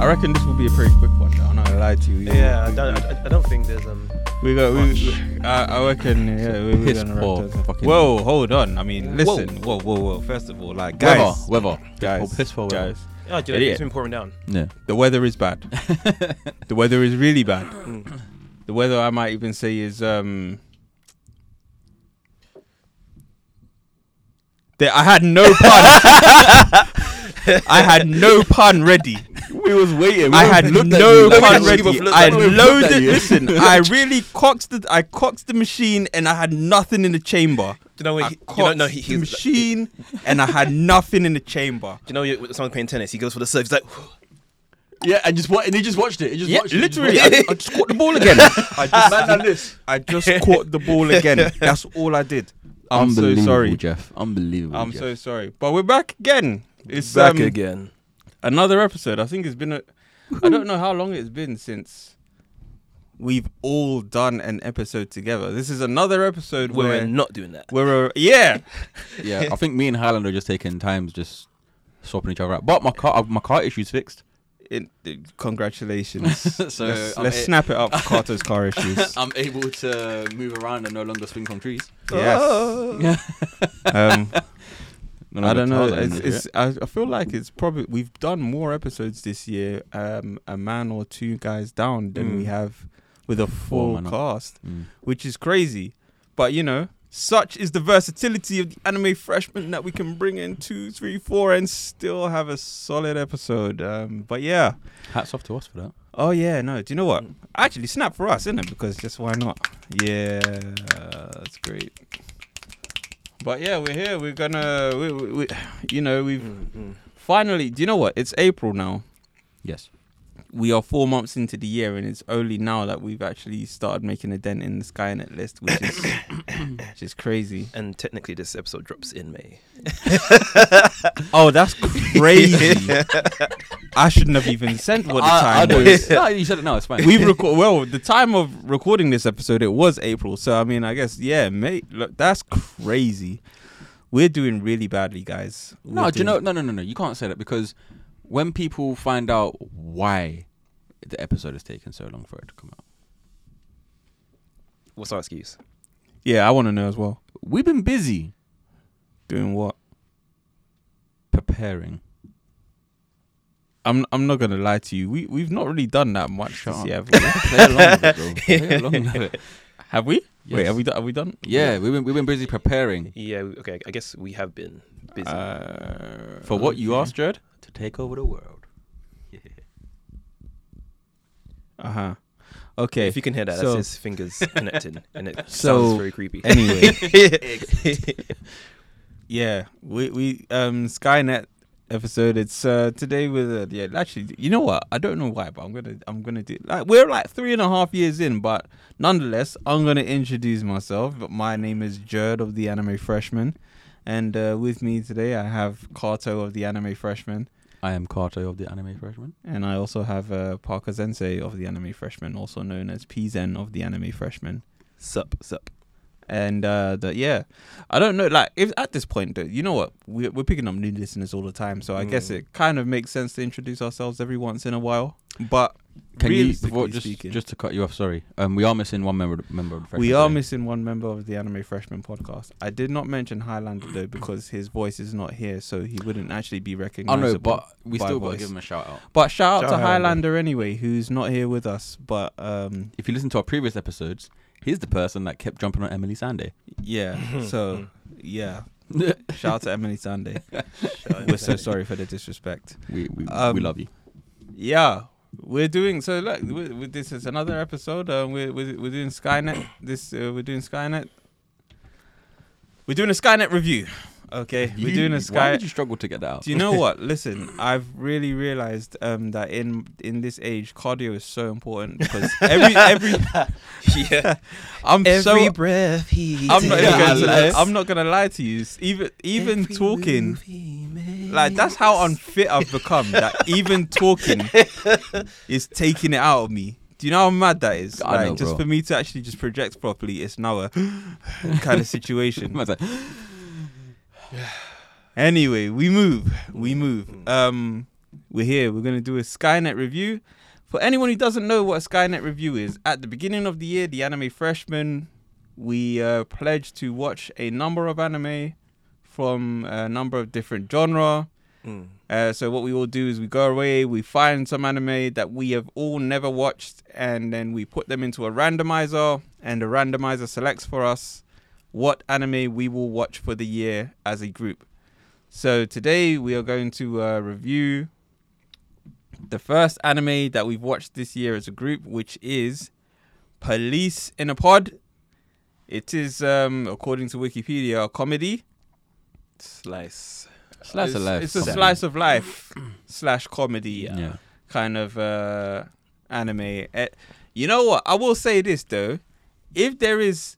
I reckon this will be a pretty quick one. though, I'm not gonna lie to you. Yeah, I don't, I, I don't think there's um. We got. We, we- I, I reckon. Yeah, we, we're Piss gonna poor wrap this up. fucking- Whoa, hold on. I mean, Whoa. listen. Whoa, whoa, whoa. First of all, like Weather, guys, weather, guys, Oh, piss poor weather. guys. Oh, do you know, Idiot. it's been pouring down. Yeah. The weather is bad. the weather is really bad. Mm. the weather, I might even say, is um. There, I had no pun. I had no pun ready. We was waiting. I had no Let me pun actually ready. look- I let me loaded. Listen, I really coxed the I coxed the machine, and I had nothing in the chamber. Do you know I when he, you know, coxed no, he, the he's, like- he- do machine, and I had nothing in the chamber. you know you- when someone's playing tennis? He goes for the serve. He's like, Yeah, and just what? And he just watched it. He just Yeah, watched literally, It. I, I just caught the ball again. I just, Man done this. I just caught the ball again. That's all I did. I'm so Unbelievable, sorry. Jeff. Unbelievable. I'm Jeff. so sorry. But we're back again. It's back um, again. another episode. I think it's been a. I don't know how long it's been since we've all done an episode together. This is another episode We're, where not doing that. we're a, yeah. Yeah, I think me and Highland are just taking times just swapping each other out. But my car, uh, my car issue's fixed. It, it- congratulations. So, let's, I'm let's a- snap it up. for Carter's car issues. I'm able to move around and no longer swing from trees. yes. Oh. Yeah. Um, I don't know. It's, it's, I, I feel like it's probably we've done more episodes this year, um, a man or two guys down than we Mm. have with a full man up. cast, Mm. which is crazy. But you know, such is the versatility of the anime freshman that we can bring in two, three, four, and still have a solid episode. Um, but yeah, hats off to us for that. oh yeah, no. Do you know what? Actually, snap for us, isn't it? Because just why not? Yeah, that's great. But yeah, we're here. We're gonna, we, we, we you know, we've Mm-mm. Finally, do you know what? It's April now. Yes. We are four months into the year, and it's only now that we've actually started making a dent in the Skynet list, which is which is crazy. And technically, this episode drops in May. Oh, that's crazy! I shouldn't have even sent what the I, I time know. was. no, you said it now. It's fine. We've record well the time of recording this episode. It was April, so I mean, I guess yeah, mate. Look, that's crazy. We're doing really badly, guys. We're no, do you doing- know? No, no, no, no. You can't say that because when people find out why the episode has taken so long for it to come out, What's our excuse? Yeah, I want to know as well. we've been busy Doing what? preparing. I'm I'm not gonna lie to you. We we've not really done that much Shut this up. year. Have we? Play along with it, bro. Play along with it. Have we? Wait, Yes. have we done? Have we done? Yeah, we've been we've been busy preparing Yeah. we- Okay. I guess we have been busy. Uh, for what you okay. asked, Jared, to take over the world. Uh huh. Okay. If you can hear that, so- that's his fingers connecting, and it So, sounds very creepy. anyway, yeah, we we um Skynet episode. It's uh today with uh, yeah. Actually, you know what? I don't know why, but I'm gonna I'm gonna do like we're like three and a half years in, but nonetheless, I'm gonna introduce myself. My name is Jerd of the Anime Freshman, and uh, with me today I have Kato of the Anime Freshman. I am Kato of the Anime Freshman. And I also have uh, Parker Sensei of the Anime Freshman, also known as Pizen of the Anime Freshman. sup, sup. And uh, the, yeah, I don't know. Like, if at this point, though, you know what? We're, we're picking up new listeners all the time, so I guess Mm. it kind of makes sense to introduce ourselves every once in a while. But Can you realistically before, just speaking, just to cut you off? Sorry, um, we are missing one member member of the freshman. we are today. missing one member of the Anime Freshman podcast. I did not mention Highlander though because his voice is not here, so he wouldn't actually be I recognized. know, Oh, but we by still got to voice. give him a shout out. but shout out Shout to out Highlander. Highlander anyway, who's not here with us. But um, If you listen to our previous episodes, he's the person that kept jumping on Emily Sande. yeah, so yeah, we Shout out to Emily Sunday. Shall I- We're so sorry for the disrespect. we, Um, we love you. Yeah, we're doing so. Look, we, we, this is another episode. Uh, we're, we're we're doing Skynet. This uh, we're doing Skynet. We're doing a Skynet review. Okay, we're You- doing a Why Sky. did you struggle to get that out? Do you know what? Listen, I've really realized um, that in in this age, cardio is so important because every every yeah. I'm Every so breath he I'm not even Yeah, going to lie. let's- I'm not gonna lie to you. S- Even even talking, Like that's how unfit I've become. that even talking is taking it out of me. Do you know how mad that is? I like know, just bro. for me to actually just project properly, it's now a kind of situation. Man's like, anyway, we move. We move. Um we're here. We're gonna do a Skynet review. For anyone who doesn't know what a Skynet review is, at the beginning of the year, the anime freshmen we uh, pledged to watch a number of anime from a number of different genre. Mm. Uh, so what we will do is we go away, we find some anime that we have all never watched, and then we put them into a randomizer, and the randomizer selects for us what anime we will watch for the year as a group. So today we are going to uh, review the first anime that we've watched this year as a group, which is Police in a Pod. It is, um, according to Wikipedia, a comedy. Slice. Slice it's, of life. It's a comedy. slice of life slash comedy Yeah. kind of uh, anime. Eh, You know what? I will say this though, if there is,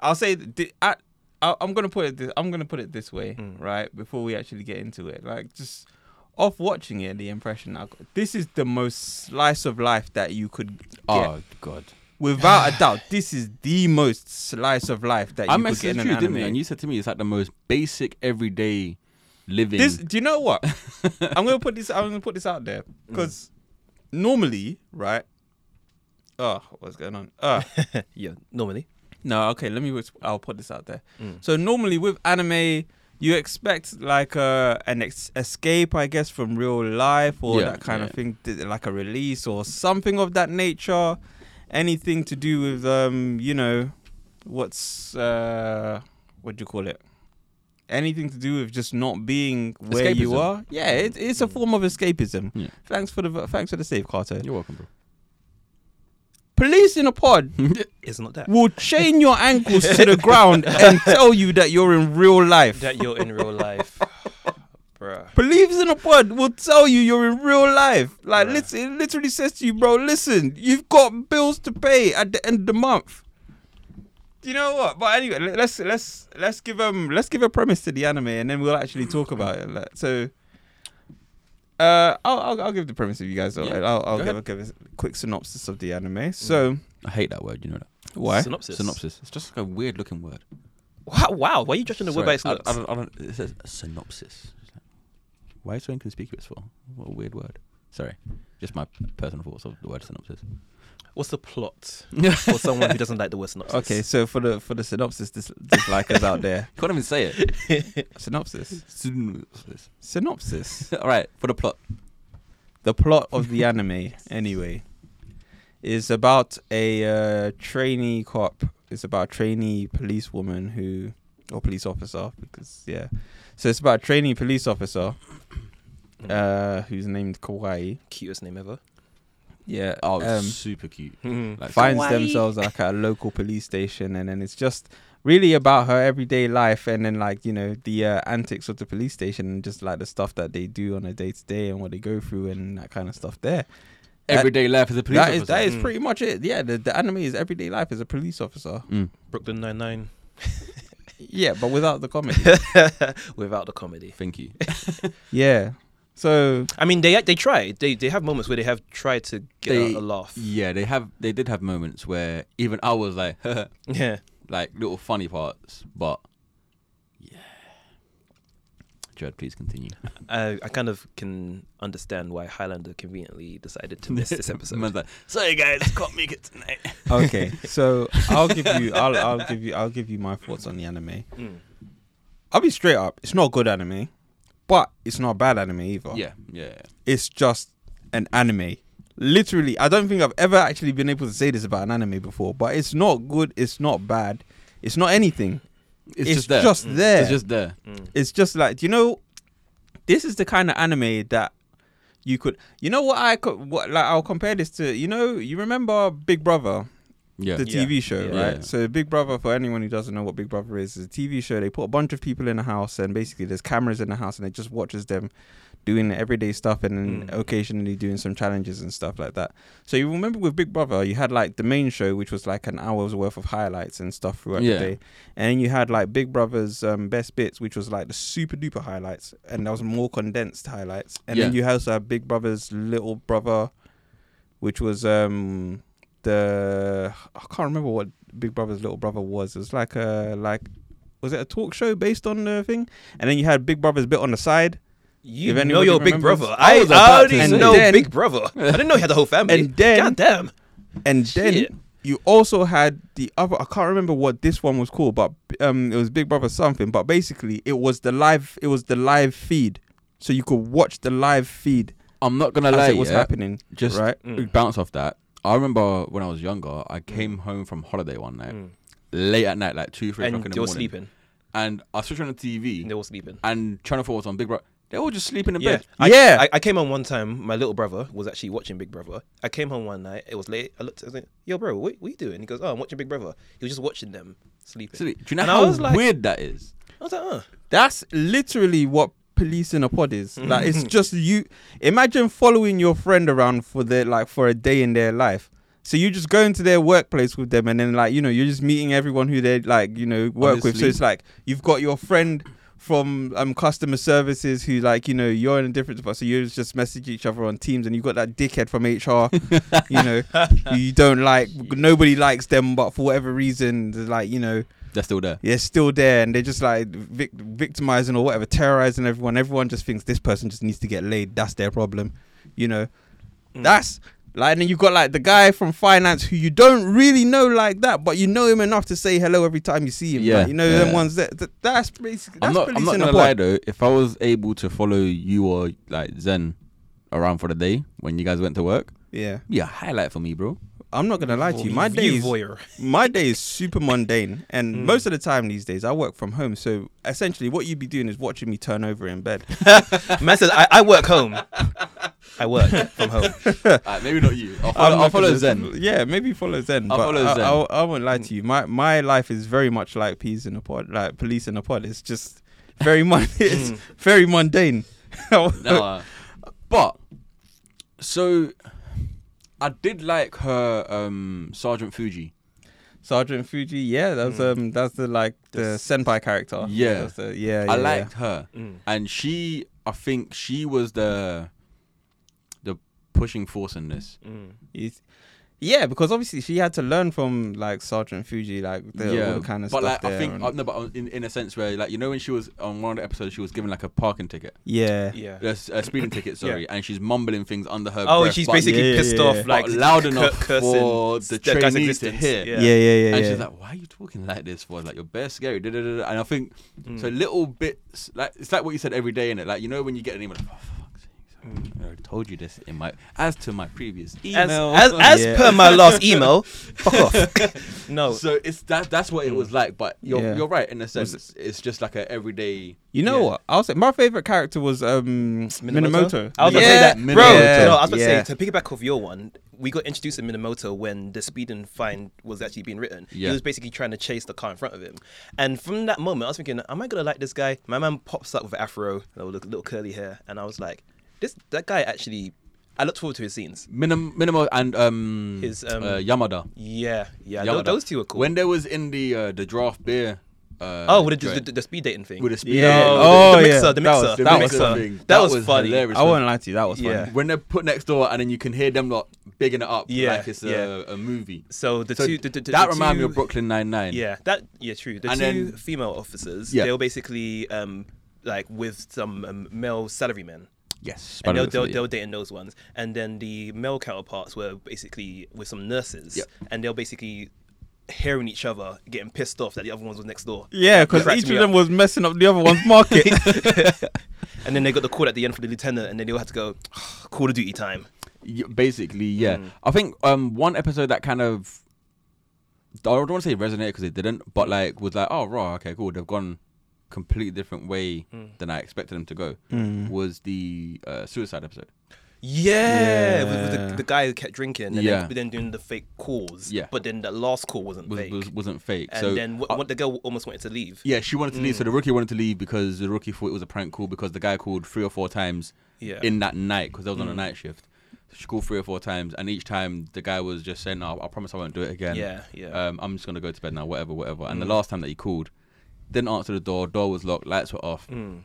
I'll say th- I, I I'm gonna put it this I'm gonna put it this way, Mm. right? Before we actually get into it, like just off watching it, the impression I got, this is the most slice of life that you could get. Oh god. Without a doubt, this is the most slice of life that you I could get in messaged an you, anime. didn't I? And you said to me, it's like the most basic everyday living. This, do you know what? I'm gonna put this. I'm gonna put this out there because normally, right? Oh, what's going on? Uh, Yeah, normally. no, okay. Let me. I'll put this out there. Mm. So normally with anime, you expect like a an ex- escape, I guess, from real life or Yeah, that kind of yeah. thing, th- like a release or something of that nature. Anything to do with um, you know, what's uh, what do you call it? Anything to do with just not being where you Escapism. Mm. are? Yeah, it, it's a form of escapism. Yeah. Thanks for the thanks for the save, Carter. You're welcome, Police in a pod bro. It's not that. will chain your ankles to the ground and tell you that you're in real life. that you're in real life. Bruh. Believes in a pod will tell you you're in real life. Like, Bruh. listen, it literally says to you, bro, listen, you've got bills to pay at the end of the month. You know what? But anyway, le- let's let's let's give um let's give a premise to the anime, and then we'll actually talk about it. Like, so, uh, I'll, I'll I'll give the premise if you guys. alright. I'll I'll go give, a, give a quick synopsis of the anime. So I hate that word. You know that. why? Synopsis. Synopsis. It's just like a weird looking word. Wow, wow. Why are you judging the word by its Sorry, I, I looks? don't, I don't, it says synopsis. Why is it so inconspicuous for? What a weird word. Sorry, just my personal thoughts of the word synopsis. What's the plot for someone who doesn't like the word synopsis? Okay, so for the for the synopsis dis- dislikers out there, Can't even say it. synopsis, synopsis. synopsis. All right, for the plot. the plot of the anime anyway is about a uh, trainee cop it's about a trainee police woman who or police officer because yeah so it's about a trainee police officer Mm. uh who's named kawaii Cutest name ever. yeah Oh, it's um, super cute. Hmm. Like, finds Kawaii. themselves like at a local police station and then it's just really about her everyday life and then like you know the uh, antics of the police station and just like the stuff that they do on a day to day and what they go through and that kind of stuff there everyday life as a police that is officer. that is Mm. pretty much it. Yeah, the, the anime is everyday life as a police officer. Mm. Brooklyn Nine Nine. Yeah, but without the comedy. Without the comedy. Thank you. yeah. So I mean, they they try. They they have moments where they have tried to get They- a, a laugh. yeah, they have. They did have moments where even I was like, Yeah. like little funny parts, but yeah. Jared, please continue. I, I kind of can understand why Highlander conveniently decided to miss this episode. Man's like, Sorry guys, can't make it tonight. okay, so I'll give you I'll I'll give you I'll give you my thoughts on the anime. Mm. I'll be straight up. It's not a good anime, but it's not a bad anime either. Yeah, yeah. It's just an anime. Literally, I don't think I've ever actually been able to say this about an anime before, but it's not good, it's not bad, it's not anything. It's, It's just there. just Mm. there. It's just there. Mm. it's just like do you know this is the kind of anime that you could you know what i could what like i'll compare this to you know you remember big brother Yeah. the Yeah. tv show Yeah. right Yeah. so big brother for anyone who doesn't know what big brother is is a tv show they put a bunch of people in a house and basically there's cameras in the house and it just watches them doing the everyday stuff and then Mm. occasionally doing some challenges and stuff like that so you remember with big brother you had like the main show which was like an hour's worth of highlights and stuff throughout Yeah. the day and then you had like Big Brother's um, best bits, which was like the super duper highlights, and that was more condensed highlights. And then Yeah. you also had Big Brother's little brother, which was um the I can't remember what Big Brother's little brother was. It was like a like was it a talk show based on the thing? And then you had Big Brother's bit on the side. You If know anybody your big remembers- brother. I I, was I about already to say. know And then- Big Brother. I didn't know he had a whole family. And then- God damn. And then Shit. you also had the other. I can't remember what this one was called, but um, it was Big Brother something. But basically, it was the live. It was the live feed, so you could watch the live feed I'm not gonna as lie. it was yeah, happening. Just right. Mm. bounce off that. I remember when I was younger, I came home from holiday one night, Mm. late at night, like two, three o'clock in And the they were morning, sleeping. and I switched on the TV, They were sleeping. and Channel Four was on Big Brother. They were just sleeping in Yeah. bed. I, Yeah. I, I came home one time. My little brother was actually watching Big Brother. I came home one night. It was late. I looked. I was like, "Yo, bro, what, what are you doing?" He goes, "Oh, I'm watching Big Brother." He was just watching them sleeping. Silly. Do you know And I how was like- weird that is? I was like, "Uh." That's literally what police in a pod is. Like it's just you imagine following your friend around for their like for a day in their life. So you just go into their workplace with them and then like, you know, you're just meeting everyone who they like, you know, work with. So Honestly. it's like you've got your friend from um customer services who like, you know, you're in a different spot. So you just message each other on Teams and you've got that dickhead from HR, you know, who you don't like nobody likes them but for whatever reason they're like, you know, They're still there. yeah, it's still there, and they're just like vic- victimizing or whatever, terrorizing everyone. Everyone just thinks this person just needs to get laid. That's their problem, you know. Mm. That's like, and then you got like the guy from finance who you don't really know like that, but you know him enough to say hello every time you see him. Yeah, like, you know them yeah. ones that, that that's basically that's I'm not. I'm police not in a gonna pod. lie though. If I was able to follow you or like Zen around for the day when you guys went to work, Yeah, be a highlight for me, bro. I'm not gonna lie to you. My View days, voyeur. my day is super mundane, and Mm. most of the time these days I work from home. So essentially, what you'd be doing is watching me turn over in bed. Man says, I, "I work home. I work from home." Uh, maybe not you. I'll I'm follow, I'll not follow gonna- Zen. Yeah, maybe follow Zen. I'll but follow I, Zen. I, I won't lie to you. My my life is very much like peas in a pod, like police in a pod. It's just very mun- It's Hmm. Mm. very mundane. No, uh, but so I did like her um, Sergeant Fuji. Sergeant Fuji, yeah, that's Mm. um, that's the like the, The s- senpai character. Hmm. Yeah. That's the- yeah, yeah. I yeah. liked her, Mm. and she. I think she was the the pushing force in this. Mm. He's- yeah, because obviously she had to learn from like Sergeant Fuji, like the all the kind of but stuff like there. I think and- uh, no, but in in a sense where like you know when she was on one of the episodes she was given like a parking ticket. yeah, Yeah. a, s- a speeding ticket, sorry, and she's mumbling things under her. Oh, breath, she's but- basically Yeah, yeah, pissed yeah. off, like But loud cur- enough cursing for the that guy's trainees to existence. hear. yeah, yeah, yeah, yeah. and she's like, "Why are you talking like this for? Like you're bare scary." Da, da, da, da. And I think Mm. so little bits like it's like what you said every day in it. Like you know when you get an email, like, oh, for fuck's sake, sorry, I told you this in my as to my previous Mm. as, email. as, as Yeah. per my last email, fuck off. No, Mm. so it's that that's what it was like. But you're Yeah. you're right in a sense. It's just like a everyday. You know Yeah. what? I'll say my favorite character was um Minamoto. I was Yeah. gonna say that, Minamoto. bro. Yeah. No, I was gonna Yeah. say to piggyback off your one. We got introduced to Minamoto when the speeding fine was actually being written. Yeah. He was basically trying to chase the car in front of him, and from that moment, I was thinking, "Am I gonna like this guy?" My man pops up with an afro, and a little, little curly hair, and I was like, "This that guy actually." I looked forward to his scenes. Minim, minimal and um, His, um, uh, Yamada. Yeah, yeah, tho- Yamada. those two were cool. When there was in the uh, the draft beer. Uh, oh, with the, joint, the, the speed dating thing. with the speed. Yeah. dating. No, Oh, the, the yeah. mixer, That the mixer, was- the that was mixer. something. That, That was, was funny. hilarious. I won't lie to you, that was Yeah. funny. when they're put next door and then you can hear them lot bigging it up Yeah, like it's a, yeah. a movie. So the So two, the, the, the- that the reminded me two- of Brooklyn Nine Nine. Yeah, that yeah, true. The And two then- female officers, Yeah. they were basically um like with some um, male salarymen. Yes. And they'll, they'll, they'll date in those ones. And then the male counterparts were basically with some nurses. Yeah. And they'll basically hearing each other getting pissed off that the other ones was next door. Yeah, because Cracks each of me them up. was messing up the other one's market. And then they got the call at the end for the lieutenant and then they'll have to go, "Ah, Call of Duty time. Y- basically, yeah. Mm. I think um one episode that kind of I don't want to say resonated because it didn't, Mm. but like was like, oh, raw, okay, cool. They've gone completely different way Mm. than I expected them to go. Mm. Was the uh, suicide episode? Yeah, With, with Yeah. the, the guy who kept drinking, and Yeah. then, but then doing the fake calls. Yeah. but then the last call wasn't Was, fake, was wasn't fake. and so then what, I- what the girl almost wanted to leave. yeah, she wanted to Mm. leave. So the rookie wanted to leave because the rookie thought it was a prank call because the guy called three or four times Yeah, Mm. in that night because I was on a night shift. She called three or four times, and each time the guy was just saying, "No, I promise I won't do it again. Yeah, yeah. Mm. Um, I'm just gonna go to bed now, whatever, whatever." And the last time that he called, didn't answer the door. Door was locked, lights were off, Mm.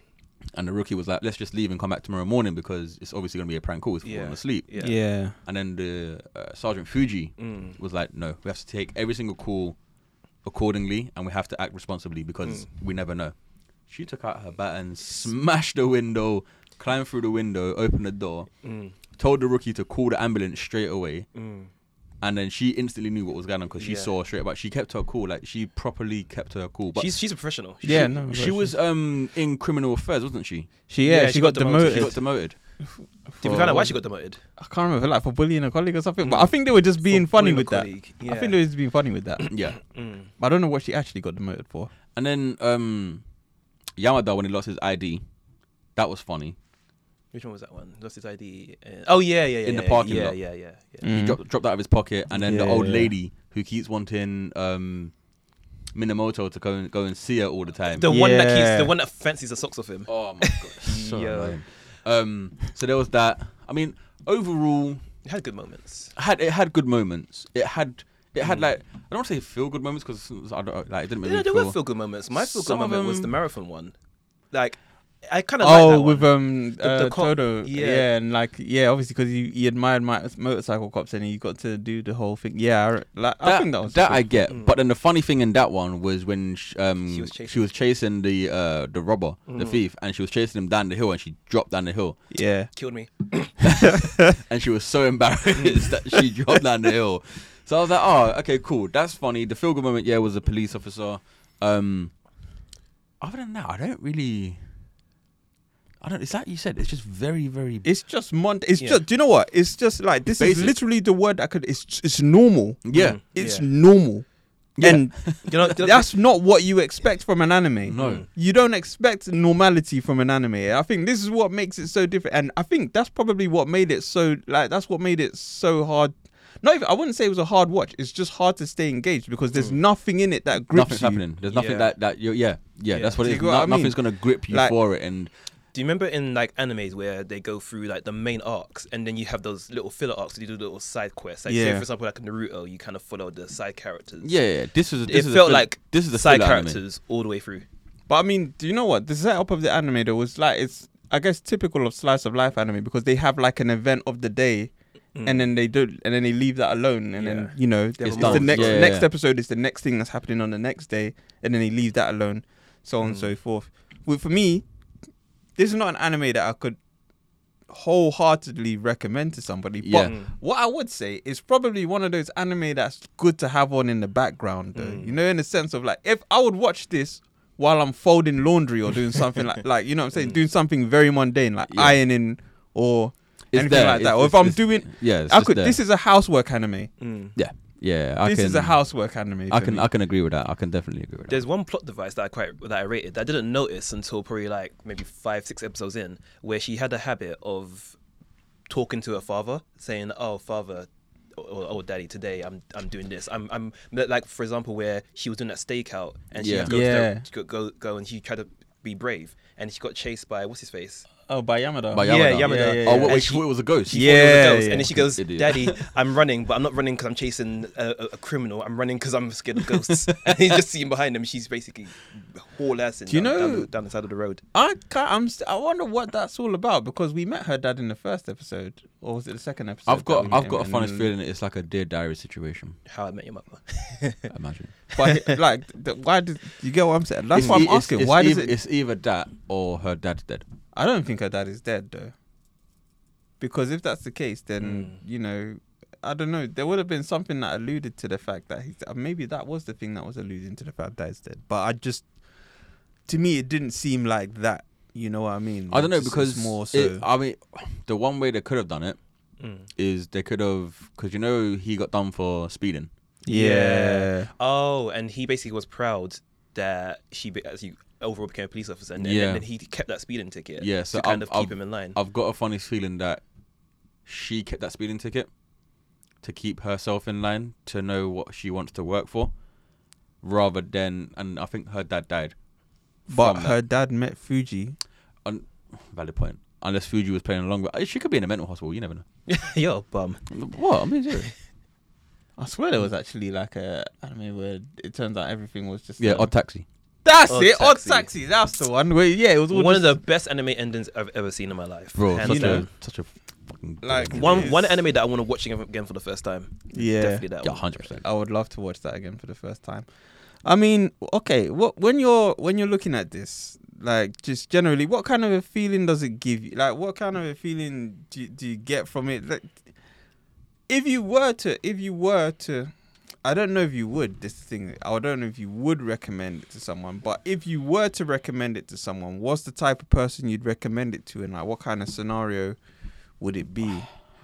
and the rookie was like, "Let's just leave and come back tomorrow morning because it's obviously gonna be a prank call. It's Yeah, falling asleep." yeah. Yeah. And then the uh, sergeant Fuji Mm. was like, "No, we have to Mm. take every single call accordingly, and we have to act responsibly because we never know." She took out her bat and smashed the window, climbed through the window, opened the door, Mm. told the rookie to call the ambulance straight away, Mm. and then she instantly knew what was going on because she Yeah. saw straight back. She kept her cool, like she properly kept her cool. But she's she's a professional. She- Yeah, no. she was um in criminal affairs, wasn't she? She yeah, she, got, demoted. She got demoted. Did we find out why she got demoted? I can't remember like for bullying a colleague or something. But I think they were just being funny bullying a with that. colleague, I yeah. think they were just being funny with that. yeah. Mm. But I don't know what she actually got demoted for. And then um Yamada when he lost his ID, that was funny. Which one was that one? Lost his ID. uh, oh yeah, yeah, yeah. In the yeah, parking yeah, lot. Yeah, yeah, yeah. He Mm. dropped, dropped out of his pocket, and then the Yeah, old yeah. lady who keeps wanting um Minamoto to go and go and see her all the time. The one that Yeah. keeps the one that fancies the socks off him. oh my god, so Yo. annoying. Um, so there was that. I mean, overall, It had good moments. had it had good moments. It had it had like I don't want to say feel good moments because I don't like it didn't make Mm. Yeah, me there feel. were feel good moments. My feel good Some of moment was the them- marathon one. Like, I kind of Oh, like that with one. um The- the uh, cop- Toto, yeah. yeah. and like yeah, obviously because he, he admired my motorcycle cops and he got to do the whole thing. Yeah, I, re- like, I think that was cool. I get, Mm. but then the funny thing in that one was when sh um, She was she chasing- Mm. was chasing the uh, the robber, the thief, and she was chasing him down the hill, and she dropped down the hill, yeah. Killed me. and she was so embarrassed that she dropped down the hill. So I was like, oh, okay, cool, that's funny. The feel good moment, yeah, was a police officer. Um, other than that, I don't really. I don't. Is that you said? It's just very, very. It's just Monday. It's Yeah. just do you know what? It's just like this is Basic. literally the word I could. It's it's normal. yeah. Mm. It's Yeah. normal. Yeah. And You know, you know- that's not what you expect from an anime. No. You don't expect normality from an anime. I think this is what makes it so different. And I think that's probably what made it so like that's what made it so hard. Not even I wouldn't say it was a hard watch. It's just hard to stay engaged because there's nothing in it that grips Nothing's you. happening. There's nothing Yeah. that that you yeah yeah. Yeah. That's what Do it you is. get what No- I mean? Nothing's gonna grip you Like- for it, and do you remember in like animes where they go through like the main arcs and then you have those little filler arcs? You do little side quests. Like, say Yeah. for example, like Naruto, you kind of follow the side characters. Yeah, yeah, yeah. this was. This It is a felt filler- like this is a side filler anime. characters all the way through. But I mean, do you know what? The setup of the anime though was like it's I guess typical of slice of life anime because they have like an event of the day and then they do and then they leave that alone and Yeah. then you know it's, done. the next Yeah, yeah, next yeah. episode is the next thing that's happening on the next day and then they leave that alone, so on and so forth. With for me, this is not an anime that I could wholeheartedly recommend to somebody. Yeah. But Mm. what I would say is probably one of those anime that's good to have on in the background, though. Mm. You know, in the sense of like, if I would watch this while I'm folding laundry or doing something like, like you know what I'm saying, doing something very mundane like Yeah. ironing or It's anything there. like that. It's- or if it's- I'm it's- doing, yeah, it's I just could. there. This is a housework anime. Yeah, yeah. I this can, is a housework anime. I for can, me. I can agree with that. I can definitely agree with that. There's one plot device that I quite that I rated that I didn't notice until probably like maybe five six episodes in, where she had a habit of talking to her father, saying, "Oh, father." Or, oh, daddy, today I'm I'm doing this. I'm I'm like for example where she was doing that stakeout and she Yeah. had to go, Yeah. to the, go go go and she tried to be brave and she got chased by what's his face? oh, by Yamada. By Yeah, Yamada. Yamada. Yeah, yeah, yeah. Oh, wait, And wait, she- she thought it was a ghost. She thought it was a Yeah, ghost, yeah. and then she goes, Idiot. "Daddy, I'm running, but I'm not running because I'm chasing a, a, a criminal. I'm running because I'm scared of ghosts." and he's just seen behind him. She's basically haul ass in Do you down, down know- the, down the side of the road. I can't, I'm. St- I wonder what that's all about because we met her dad in the first episode, or was it the second episode? I've that we got, met I've him got a and funny then- feeling. It's like a Dear Diary situation. How I Met Your Mother. Imagine. But it- like, th- why did you get what I'm saying? That's It's why e- I'm it's- asking. it's why either- does it? It's either that or her dad's dead. I don't think her dad is dead though, because if that's the case, then Hmm. you know, I don't know. There would have been something that alluded to the fact that he's uh, maybe that was the thing that was alluding to the fact that he's dead. But I just, to me, it didn't seem like that. You know what I mean? I don't know It's- it's because more so. it- uh, I mean, the one way they could have done it is Mm. they could have because you know he got done for speeding. yeah. Oh, and he basically was proud that she, be- as you overall became a police officer, and, then- Yeah. and then he kept that speeding ticket. Yeah, so to kind of I've- keep I've- him in line. I've got a funny feeling that she kept that speeding ticket to keep herself in line to know what she wants to work for, rather than and I think her dad died. But from her dad met Fuji. Un- valid point. Unless Fuji was playing along, but uh, she could be in a mental hospital. You never know. You're a bum. What? I mean, yeah, I swear there was actually like a anime where it turns out everything was just yeah a- odd taxi. That's Odd it. Odd Taxi. Taxi. That's the one. Where, yeah, it was all One of just- the best anime endings I've ever seen in my life. Bro, Hands such know. down. a such a fucking Like, one one Yes. anime that I want to watch again- again for the first time. Yeah. definitely that. yeah, one. hundred percent. I would love to watch that again for the first time. I mean, okay, what when you're when you're looking at this, like just generally what kind of a feeling does it give you like what kind of a feeling do you, do you get from it like if you were to if you were to i don't know if you would this thing i don't know if you would recommend it to someone but if you were to recommend it to someone what's the type of person you'd recommend it to and like what kind of scenario would it be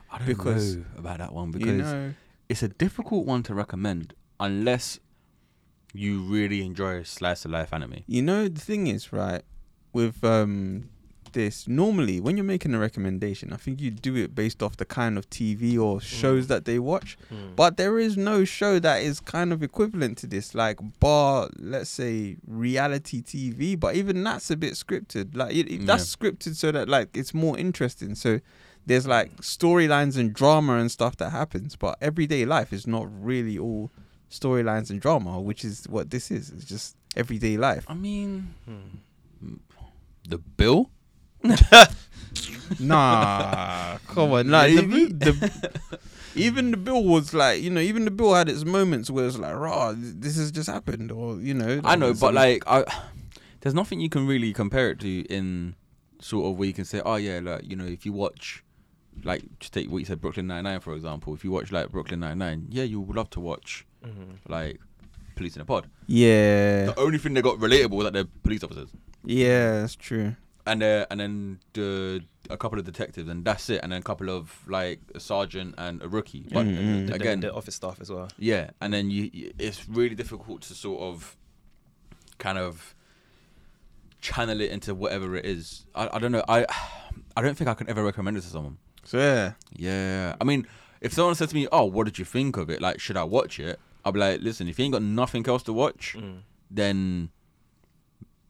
I don't Because- know about that one because you know it's a difficult one to recommend unless you really enjoy slice of life anime. You know, the thing is, right, with um this, normally when you're making a recommendation, I think you do it based off the kind of TV or shows that they watch. Mm. But there is no show that is kind of equivalent to this, like bar, let's say, reality TV. But even that's a bit scripted. Like it, it- that's scripted so that like it's more interesting. So there's like storylines and drama and stuff that happens, but everyday life is not really all storylines and drama, which is what this is. It's just everyday life. I mean, Mm-hmm. the bill. Nah, come on. Like the, the even the bill was like you know even the bill had its moments where it's like raw this has just happened or you know I know, it's- but like, I, there's nothing you can really compare it to in sort of where you can say, oh yeah, like you know, if you watch, like, just take what you said, Brooklyn Nine Nine for example. If you watch like Brooklyn Nine Nine, yeah, you would love to watch Mm-hmm. like Police in a Pod. yeah The only thing they got relatable was that they're police officers. yeah that's true and uh, and then the, a couple of detectives, and that's it. And then a couple of like a sergeant and a rookie. But Mm, The- again, the, the office staff as well. yeah. And then you, you- it's really difficult to sort of, kind of, channel it into whatever it is. I, I don't know. I I don't think I could ever recommend it to someone. so yeah Yeah. I mean, if someone said to me, "Oh, what did you think of it? Like, should I watch it?" I'd be like, "Listen, if you ain't got nothing else to watch, Mm. then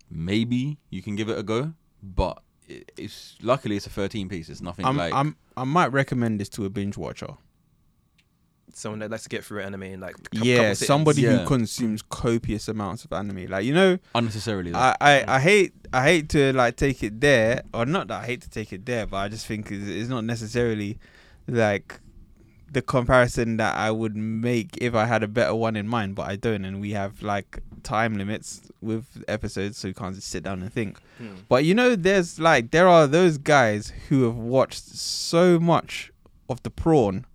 maybe you can give it a go. But it, it's luckily it's a 13 piece. It's nothing I'm, like I'm I might recommend this to a binge watcher Someone that likes to get through anime and like cou- yeah couple sittings. somebody Yeah. who consumes copious amounts of anime like you know unnecessarily. Though. I, I I hate I hate to like take it there, or not that I hate to take it there, but I just think it's, it's not necessarily like the comparison that I would make if I had a better one in mind, but I don't, and we have like time limits with episodes, so you can't just sit down and think. Mm. But you know, there's like there are those guys who have watched so much of the prawn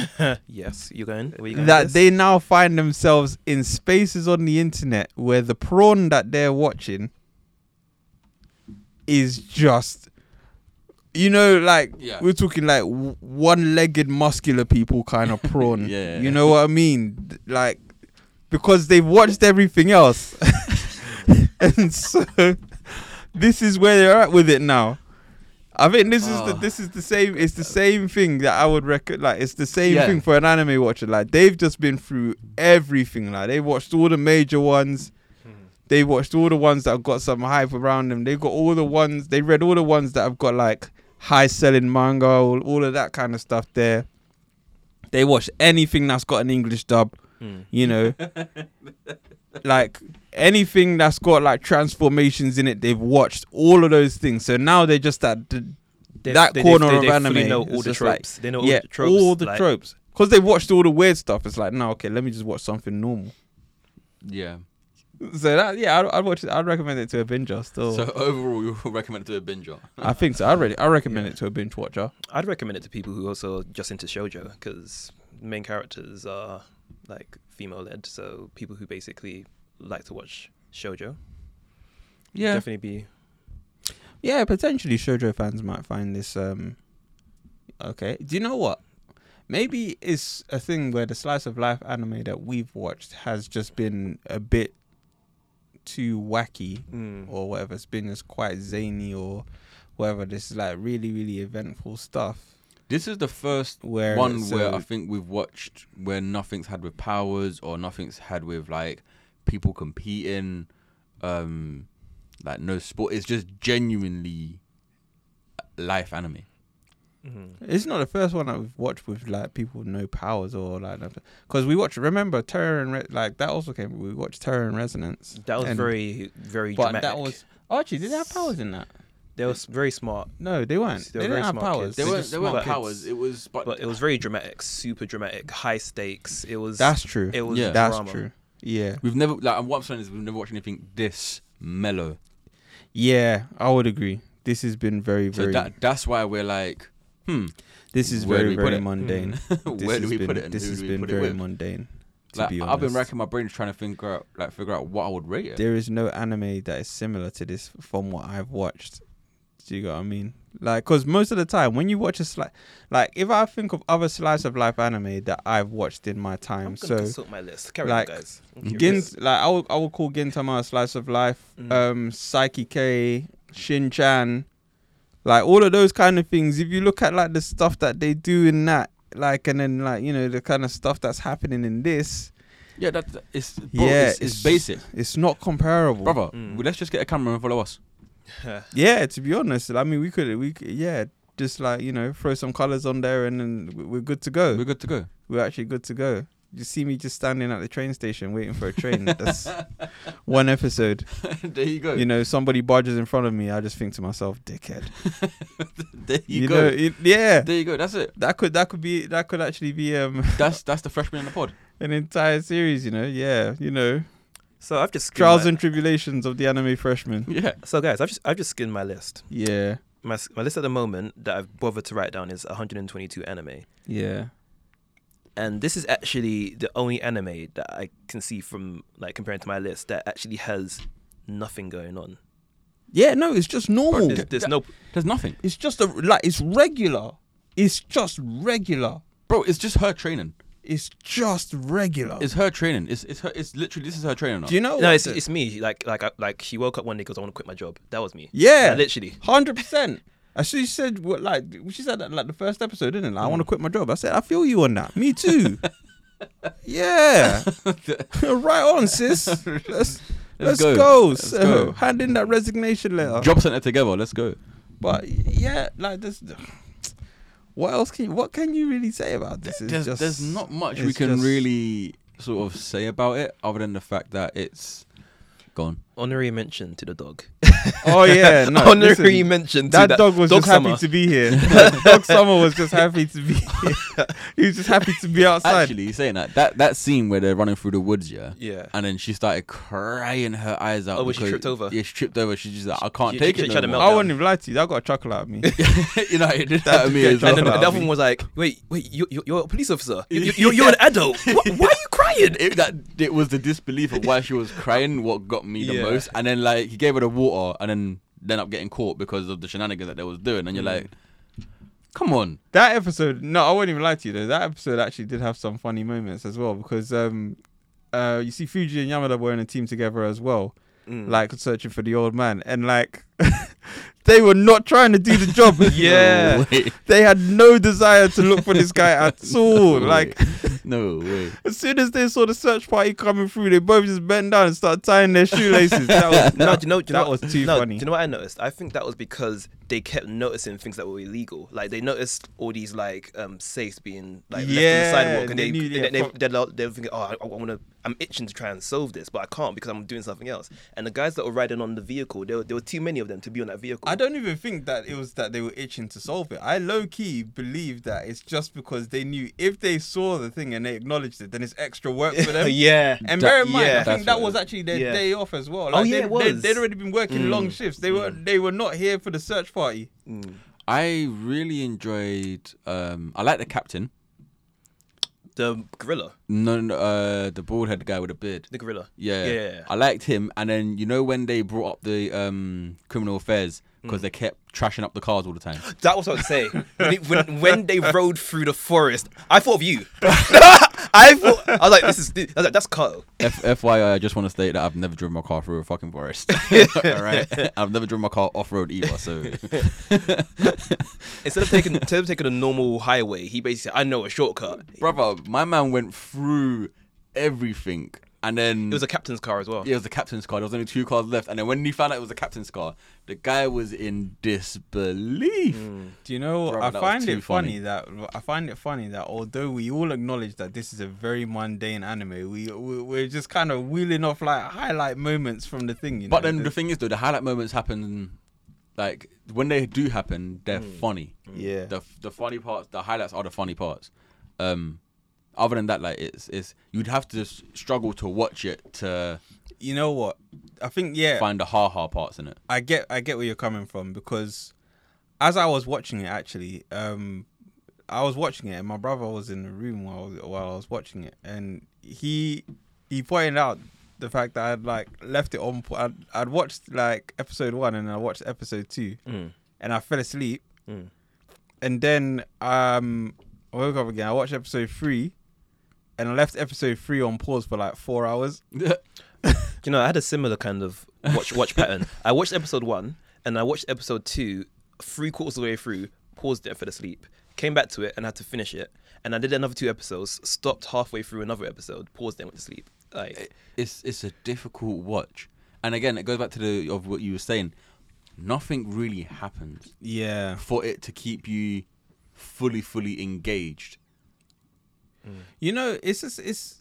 Yes, you going? Where you going with Mm. that this? they now find themselves in spaces on the internet where the prawn that they're watching is just you know like Yeah. we're talking like w- one-legged muscular people kind of prawn Yeah. you know what i mean Th- like because they've watched everything else and so this is where they're at with it now I think this is the Oh. this is the same it's the same thing that I would record like it's the same Yeah. thing for an anime watcher. Like they've just been through everything. Like they watched all the major ones. They watched all the ones that have got some hype around them. They got all the ones they read all the ones that have got like high selling manga, all, all of that kind of stuff there. They watch anything that's got an English dub Mm. you know like anything that's got like transformations in it they've watched all of those things so now they're just at the, They- that they- they- corner they- of they fully anime know It's all the just like, tropes. They know all yeah the tropes. all the like, tropes because they watched all the weird stuff it's like no okay let me just watch something normal yeah. so that yeah I'd, I'd watch it I'd recommend it to a binger still So overall, you recommend it to a binger. I think so I really I recommend it to a binge watcher I'd recommend it to people who also are just into shoujo because main characters are like female led, so people who basically like to watch shoujo Yeah. definitely be Yeah, potentially shoujo fans might find this. um Okay, do you know what? Maybe it's a thing where the slice of life anime that we've watched has just been a bit too wacky Mm. or whatever. It's been just quite zany or whatever. This is like really, really eventful stuff. This is the first Where one it's, where uh, I think we've watched where nothing's had with powers or nothing's had with like people competing, um, like no sport. It's just genuinely life anime. Mm. It's not the first one that we've watched with like people with no powers or like because we watched. Remember Terror and Re- like that also came. We watched Terror and Resonance. That was and- very very But dramatic. that was Archie. Did they have powers in that? they were s- very smart, No, they weren't. They, They were very didn't have smart powers. kids. They There They were- were just there were smart weren't kids. powers. It was but, but it was very dramatic, super dramatic, high stakes. It was That's true. it was Yeah. That's drama. true. Yeah. we've never like and what I'm saying is we've never watched anything this mellow. Yeah, I would agree. This has been very, So very. that that's why we're like, hmm. this is where do very, we put very it? mundane. This Where do has we put been- it and This who has do we been put it very with? mundane. To Like be honest, I've been racking my brain trying to figure out like figure out what I would rate it. There is no anime that is similar to this from what I've watched. Do you get what I mean? Like, because most of the time when you watch a slice, like if I think of other slice of life anime that I've watched in my I'm time, gonna so consult my list. Carry like, on, guys. I'm Gin, curious. like I would, I would call Gintama a slice of life. Mm. Um, Psyche K, Shin Chan, like all of those kind of things. If you look at like the stuff that they do in that, like, and then like you know the kind of stuff that's happening in this, Yeah, that that- it's bro, Yeah, it's, it's it's- basic, it's not comparable, brother. Mm. well, Let's just get a camera and follow us. Yeah, to be honest, I mean we could, we could, yeah, just like you know throw some colors on there and then we- we're good to go. We're We're, good to go. actually good to go. You see me just standing at the train station waiting for a train. That's one episode. there you go. You know, somebody barges in front of me. I just think to myself, dickhead. there you, you go. know, it, yeah, there you go. That's it. that could that could be that could actually be um That's that's the freshman in the pod. an entire series, you know. Yeah, you know, so I've just skinned trials my- and tribulations of the anime freshman. Yeah. so guys, I've just I've just skinned my list. Yeah, My s- my list at the moment that I've bothered to write down is 122 anime, yeah, and this is actually the only anime that I can see from like comparing to my list that actually has nothing going on. yeah. No, it's just normal. There's, there's no There's nothing, It's just a like it's regular. It's just regular. bro. It's just her training. It's just regular. It's her training. It's it's her. It's literally this is her training. Do you know? no. what It's the- it's me. Like like I, like she woke up one day because I want to quit my job. That was me. yeah, literally. hundred percent. As she said, what like she said that like the first episode, didn't it? Like, I Mm. want to quit my job. I said, I feel you on that. Me too. yeah, right on, sis. Let's let's, go. go. Let's so go. hand in that resignation letter. Job center together. Let's go. But yeah, like this. What else can you, what can you really say about this? It's there's, just- there's not much we it's can just- really sort of say about it other than the fact that it's gone. Honorary mention to the dog. Oh yeah, no. Honorary listen. mention to that, that, dog was just summer. happy to be here. That dog Summer was just happy to be here. he was just happy to be outside. Actually, saying that, that that scene where they're running through the woods, yeah, Yeah. and then she started crying her eyes out. Oh, was she because- tripped over? Yeah, she tripped over. She's just like, I can't she- take she- she it. no had a more. I wouldn't even lie to you. That got a chuckle out of me. you know, it did that to me as And well. then the Chuckle other out. one was like, "Wait, wait, you, you, you're a police officer. You, you, you're, you're an adult. What, why are you crying?" It, that it was the disbelief of why she was crying what got me the Yeah. most, and then like he gave her the water, and then then up getting caught because of the shenanigans that they was doing, and you're Mm. like, come on, that episode, no, I wouldn't even lie to you though. That episode actually did have some funny moments as well because um, uh, you see Fuji and Yamada were in a team together as well, Mm. mm. Hmm. like searching for the old man, and like they were not trying to do the job. no yeah, way, they had no desire to look for this guy at all. No Like way. no way. As soon as they saw the search party coming through, they both just bent down and started tying their shoelaces. That was, No, that, do you know, do you that know, was what- too no, funny. Do you know what I noticed? I think that was because they kept noticing things that were illegal. Like they noticed all these like um safes being like Yeah, left on the sidewalk, and and they they knew, yeah, they, they, fuck. they're, lo- they're thinking, "Oh, I, I want to. I'm itching to try and solve this, but I can't because I'm doing something else." And the guys that were riding on the vehicle, there were, there were too many of them to be on that vehicle. I don't even think that it was that they were itching to solve it. I low key believe that it's just because they knew if they saw the thing and they acknowledged it, then it's extra work for them. yeah. And That- bear in mind, yeah. I think That's that what was it is. actually their Yeah. day off as well. Oh, yeah, they, it They, was. Mm. they'd already been working long shifts. They were they were not here for the search party. I really enjoyed. Um, I like the captain. The gorilla. No, no uh, the bald head guy with a beard. The gorilla. Yeah. Yeah. yeah, yeah. I liked him. And then you know when they brought up the um, criminal affairs because Mm. they kept trashing up the cars all the time. That was what I'd say. When, it, when, when they rode through the forest, I thought of you. I thought I was like, this is. I was like, that's Carl. F- FYI, I just want to state that I've never driven my car through a fucking forest. all right, I've never driven my car off road either. So Instead of taking instead of taking a normal highway, he basically said, I know a shortcut. It brother, my man went through everything, and then was a captain's car as well. Yeah, it was the captain's car. There was only two cars left, and then when he found out it was the captain's car, the guy was in disbelief. Mm. Do you know? Bro, I that was find too it funny. funny. that I find it funny that although we all acknowledge that this is a very mundane anime, we, we we're just kind of wheeling off like highlight moments from the thing. You But know? then the thing is, though, the highlight moments happen. Like when they do happen, they're Mm. funny. yeah, The the funny parts, the highlights are the funny parts. Um, other than that, like it's it's you'd have to s- struggle to watch it to you know what? I think yeah, find the ha ha parts in it. I get I get where you're coming from because as I was watching it actually, um I was watching it and my brother was in the room while while I was watching it and he he pointed out the fact that I'd like left it on po- I'd, I'd watched like episode 1 and I watched episode 2 Mm. and I fell asleep Mm. and then um I woke up again. I watched episode 3 and I left episode 3 on pause for like 4 hours. Do you know, I had a similar kind of watch watch pattern. I watched episode one and I watched episode two three quarters of the way through, paused it for the sleep, came back to it and had to finish it. And I did another two episodes, stopped halfway through another episode, paused it and went to sleep. Like it's it's a difficult watch, and again, it goes back to the of what you were saying. Nothing really happens Yeah. for it to keep you fully fully engaged. You know, it's just it's.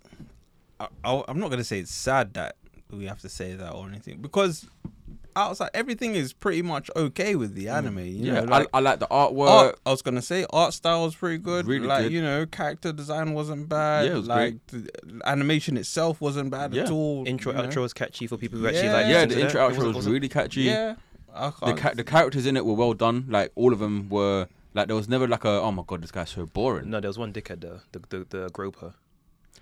I, I, I'm not gonna say it's sad that we have to say that or anything because outside everything is pretty much okay with the anime. You know, like Mm. I, I like the artwork. art. I was gonna say art style was pretty good. Really like good. you know, character design wasn't bad. Yeah, it was like the animation itself wasn't bad at Yeah. all. intro you know? outro was catchy for people who actually like Yeah, yeah, listen the to intro that. It outro wasn't- was wasn't- really catchy. Yeah, I the can't. ca- the characters in it were well done. Like all of them were like there was never like a oh my god this guy's so boring. No, there was one dickhead though, the the, the groper.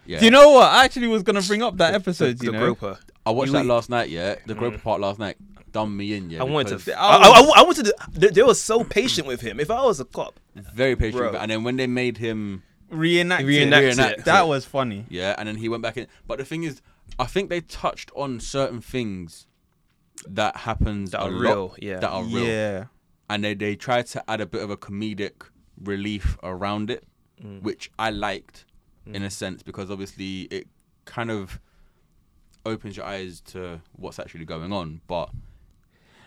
Yeah, Do you know what? I actually was gonna bring up that episode. the, you the know, groper. I watched you- that last night. Yeah, the Groper part last night done me in. Yeah, Mm. I wanted because to. I I, I, I wanted to. They, they were so patient with him. If I was a cop, very patient. Bro. with it. And then when they made him, reenact. it. Reenact it. That was funny. yeah, and then he went back in. But the thing is, I think they touched on certain things that happens That a are lot- real, yeah. that are real, Yeah. and they they tried to add a bit of a comedic relief around it, Mm. which I liked in a sense because obviously it kind of opens your eyes to what's actually going on. But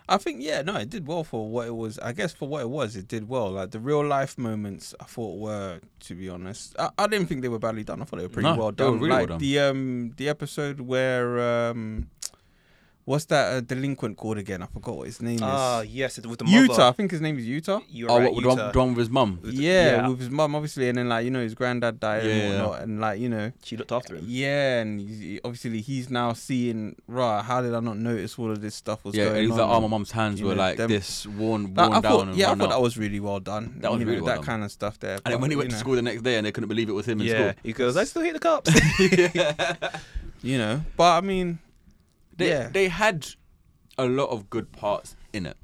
I think yeah, no, it did well for what it was. I guess for what it was, it did well. Like the real life moments, I thought were, to be honest, I, I didn't think they were badly done. I thought they were pretty No, well they were done. really well like done. the um the episode where um, what's that uh, delinquent called again? I forgot what his name ah is. yes, it- with the mother. Utah, I think his name is Utah. You're oh, right, what, the Utah. one- the one with his mum? Yeah, yeah. with his mum obviously, and then like you know his granddad died Yeah. and whatnot, and like you know. She looked after him. Yeah, and he- obviously he's now seeing. Right, how did I not notice all of this stuff was Yeah, going and on? he was like, oh, my mum's hands You were know, like them- this, worn, worn That- I down thought, and yeah, I run thought up. that was really well done. That was You know, really well that done. kind of stuff there. And then when he you went know, to school the next day and they couldn't believe it was him in Yeah, school. he goes, I still hate the cops. you know. But I mean, They, yeah, they had a lot of good parts in it.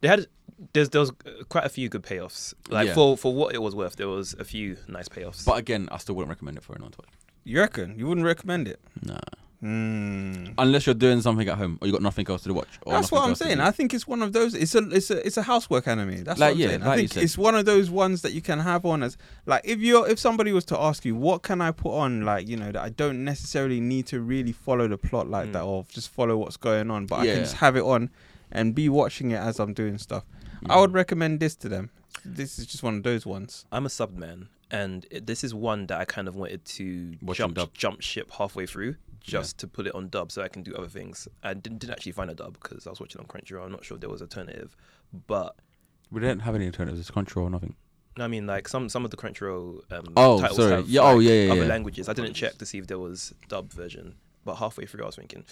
they had there's there was uh, quite a few good payoffs. Like Yeah. for for what it was worth, there was a few nice payoffs. But again, I still wouldn't recommend it for anyone to watch. you reckon you wouldn't recommend it? Nah. Hmm. Unless you're doing something at home or you got nothing else to watch. Or That's Oh, nothing what I'm else to saying. do. I think it's one of those. It's a it's a it's a housework anime. That's Like, what I'm yeah, saying. I like you think said. it's one of those ones that you can have on as like if you're if somebody was to ask you what can I put on like you know that I don't necessarily need to really follow the plot like that or just follow what's going on, but I Hmm. Yeah. can just have it on and be watching it as I'm doing stuff. I would recommend this to them. This is just one of those ones. I'm a sub man, and it, this is one that I kind of wanted to Watch on jump dub. jump ship halfway through just to put it on dub so I can do other things. I didn't, didn't actually find a dub because I was watching on Crunchyroll. I'm not sure if there was alternative, but We didn't have any alternatives. It's control or nothing. I mean, like some some of the Crunchyroll um, Oh, titles sorry. have Yeah, like, oh, yeah, yeah, other yeah. languages. I didn't check to see if there was dub version, but halfway through I was thinking,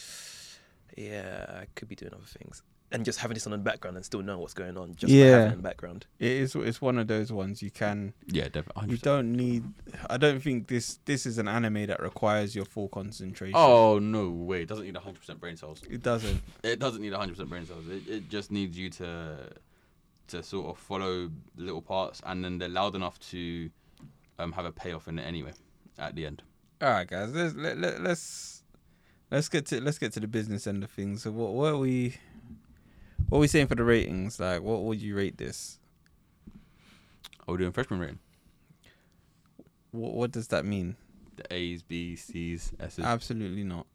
yeah, I could be doing other things. And just having this on in the background and still knowing what's going on just by Yeah. having it in the background. It is it's one of those ones you can Yeah, definitely. you don't need I don't think this this is an anime that requires your full concentration. Oh, no way. It doesn't need 100% brain cells. It doesn't. It doesn't need 100% brain cells. It, it just needs you to to sort of follow little parts and then they're loud enough to um, have a payoff in it anyway at the end. All right, guys. Let's let, let, let's let's get to let's get to the business end of things. So what what are we what are we saying for the ratings? Like, what would you rate this? Are we doing freshman rating? What what does that mean? The A's, B's, C's, S's. Absolutely not.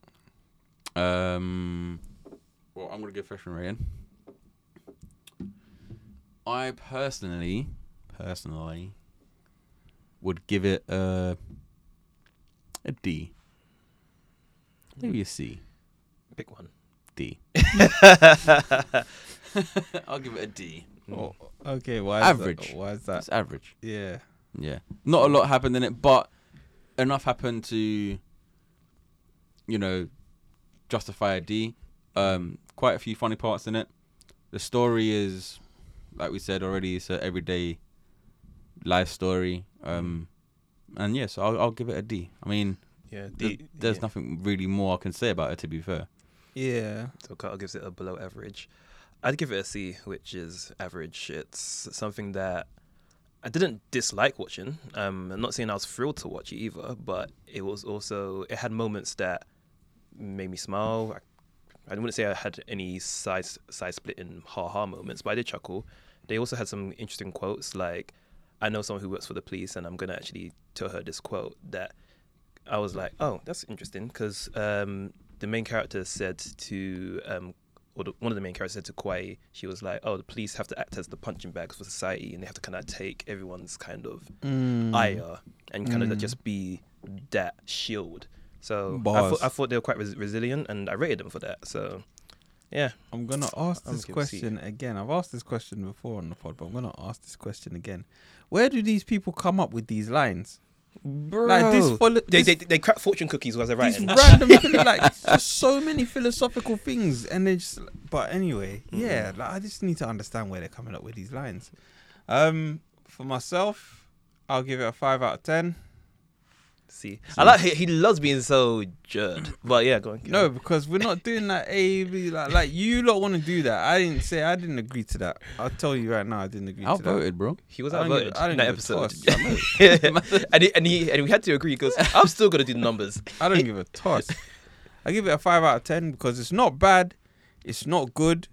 Um, well, I'm gonna give freshman rating. I personally, personally, would give it a a D, maybe a C, Pick one. D. I'll give it a D. Oh, okay, why is that- Hmm. Average. Why is that? That's average. Yeah. Yeah, not a lot happened in it, but enough happened to, you know, justify a D. Um, quite a few funny parts in it. The story is, like we said already, it's an everyday life story. Um, and yes, I'll, I'll give it a D. I mean, Yeah, th- D- there's yeah. nothing really more I can say about it. To be fair, Yeah. So Carter gives it a below average. I'd give it a C, which is average. It's something that I didn't dislike watching. Um, I'm not saying I was thrilled to watch it either, but it was also it had moments that made me smile. I, I wouldn't say I had any side side splitting ha ha moments, but I did chuckle. They also had some interesting quotes, like "I know someone who works for the police, and I'm gonna actually tell her this quote." That I was like, "Oh, that's interesting," because um, the main character said to um, or the, one of the main characters said to Kwai, she was like, "Oh, the police have to act as the punching bags for society, and they have to kind of take everyone's kind of ire and kind of just be that shield." So I Bars. thought, I thought they were quite res- resilient, and I rated them for that. So, yeah, I'm gonna ask I'm this gonna see. question again. I've asked this question before on the pod, but I'm gonna ask this question again. Where do these people come up with these lines? bro, Like this, follow, they, this they they crack fortune cookies while they're these writing. random philo- like just so many philosophical things and they just but anyway Mm-hmm. yeah like, i just need to understand where they're coming up with these lines um for myself i'll give it a five out of ten See, I like he, he loves being so jerd, but yeah, go on. go no on. because we're not doing that a b like, like you lot want to do that i didn't say i didn't agree to that i'll tell you right now i didn't agree to that outvoted, bro. he was I don't give- outvoted I don't in that give a episode. toss. and, he, and he and we had to agree because I'm still gonna do the numbers. I don't give a toss. I give it a five out of ten because it's not bad, it's not good,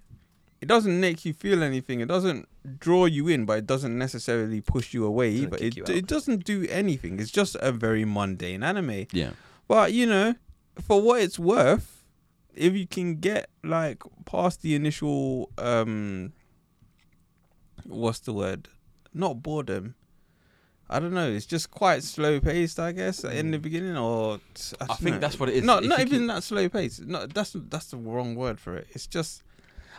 it doesn't make you feel anything, it doesn't draw you in, but it doesn't necessarily push you away. Doesn't But kick it you it doesn't do anything. It's just a very mundane anime. Yeah, But you know, for what it's worth, if you can get like past the initial um, what's the word? Not boredom. I don't know. It's just quite slow paced, I guess, in the beginning. Or t- I, Mm. I don't think know. that's what it is. No, If not you even keep- that slow pace. No, that's that's the wrong word for it. It's just,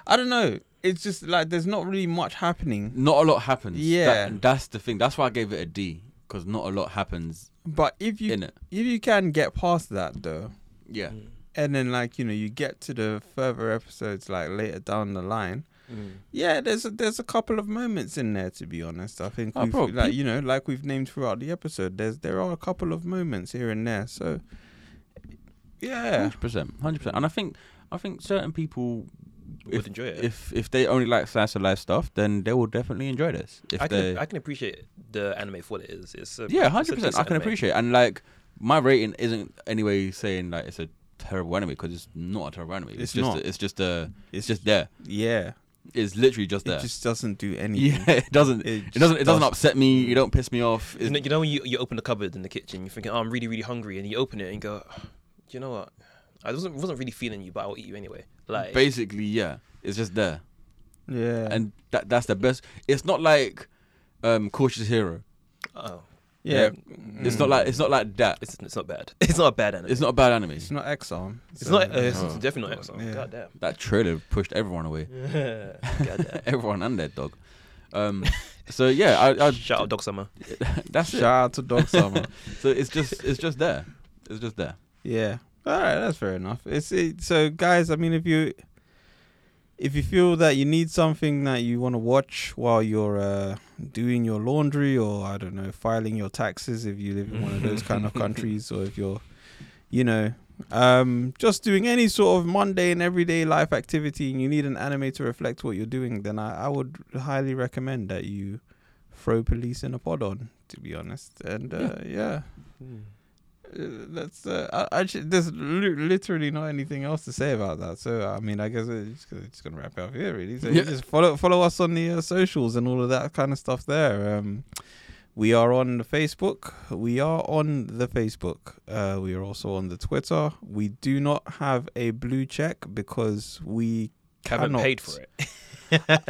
I don't know. It's just like there's not really much happening. Not a lot happens. Yeah. That- that's the thing. That's why I gave it a D because not a lot happens But if you Mm. in it. if you can get past that though, Yeah, Mm. and then like you know you get to the further episodes like later down the line Mm. yeah there's a, there's a couple of moments in there to be honest i think Oh, we've- bro, like peop- you know like we've named throughout the episode there's there are a couple of moments here and there so yeah hundred percent, hundred percent. And I think I think certain people Would enjoy it. If if they only like slice of life stuff, then they will definitely enjoy this. If I they, can I can appreciate the anime for what it is. It's a, yeah, it's a hundred percent. I decent can anime. appreciate. And like my rating isn't anyway saying like it's a terrible anime because it's not a terrible anime. It's, It's just not. it's just a It's- it's just there. yeah It's literally just there. it just doesn't do anything yeah, it doesn't. It It, doesn't. It doesn't does- upset me. You don't piss me off. You It's- know, you know when you, you open the cupboard in the kitchen, you're thinking, oh, I'm really, really hungry, and you open it and you go, "Do you know what? I wasn't wasn't really feeling you, but I'll eat you anyway. Like, basically, yeah, it's just there. yeah and that that's the best. It's not like um cautious hero. oh, yeah, It's Mm. not like it's not like that. It's, it's, it's not bad. It's not a bad anime. it's not a bad anime. it's not exxon It's so- not. Uh, it's Oh. definitely not Exxon. Yeah. God damn. That trailer pushed everyone away. God everyone and their dog. Um, so yeah, I, damn. I, Shout out Dog Summer. that's shout it. out to dog summer So it's just it's just there. It's just there. Yeah. All right, that's fair enough. It's it, so guys, I mean if you if you feel that you need something that you want to watch while you're uh, doing your laundry or I don't know, filing your taxes if you live in one of those kind of countries or if you're you know, um just doing any sort of mundane everyday life activity and you need an anime to reflect what you're doing, then I, I would highly recommend that you throw police in a pod on, to be honest. And uh, yeah. Uh, that's uh, I- actually there's lu- literally not anything else to say about that. So I mean, I guess we're just gonna, just gonna wrap it up here, really. So you Yeah. just follow follow us on the uh, socials and all of that kind of stuff. There, um, we are on the Facebook. We are on the Facebook. Uh, we are also on the Twitter. We do not have a blue check because we Haven't cannot- paid for it.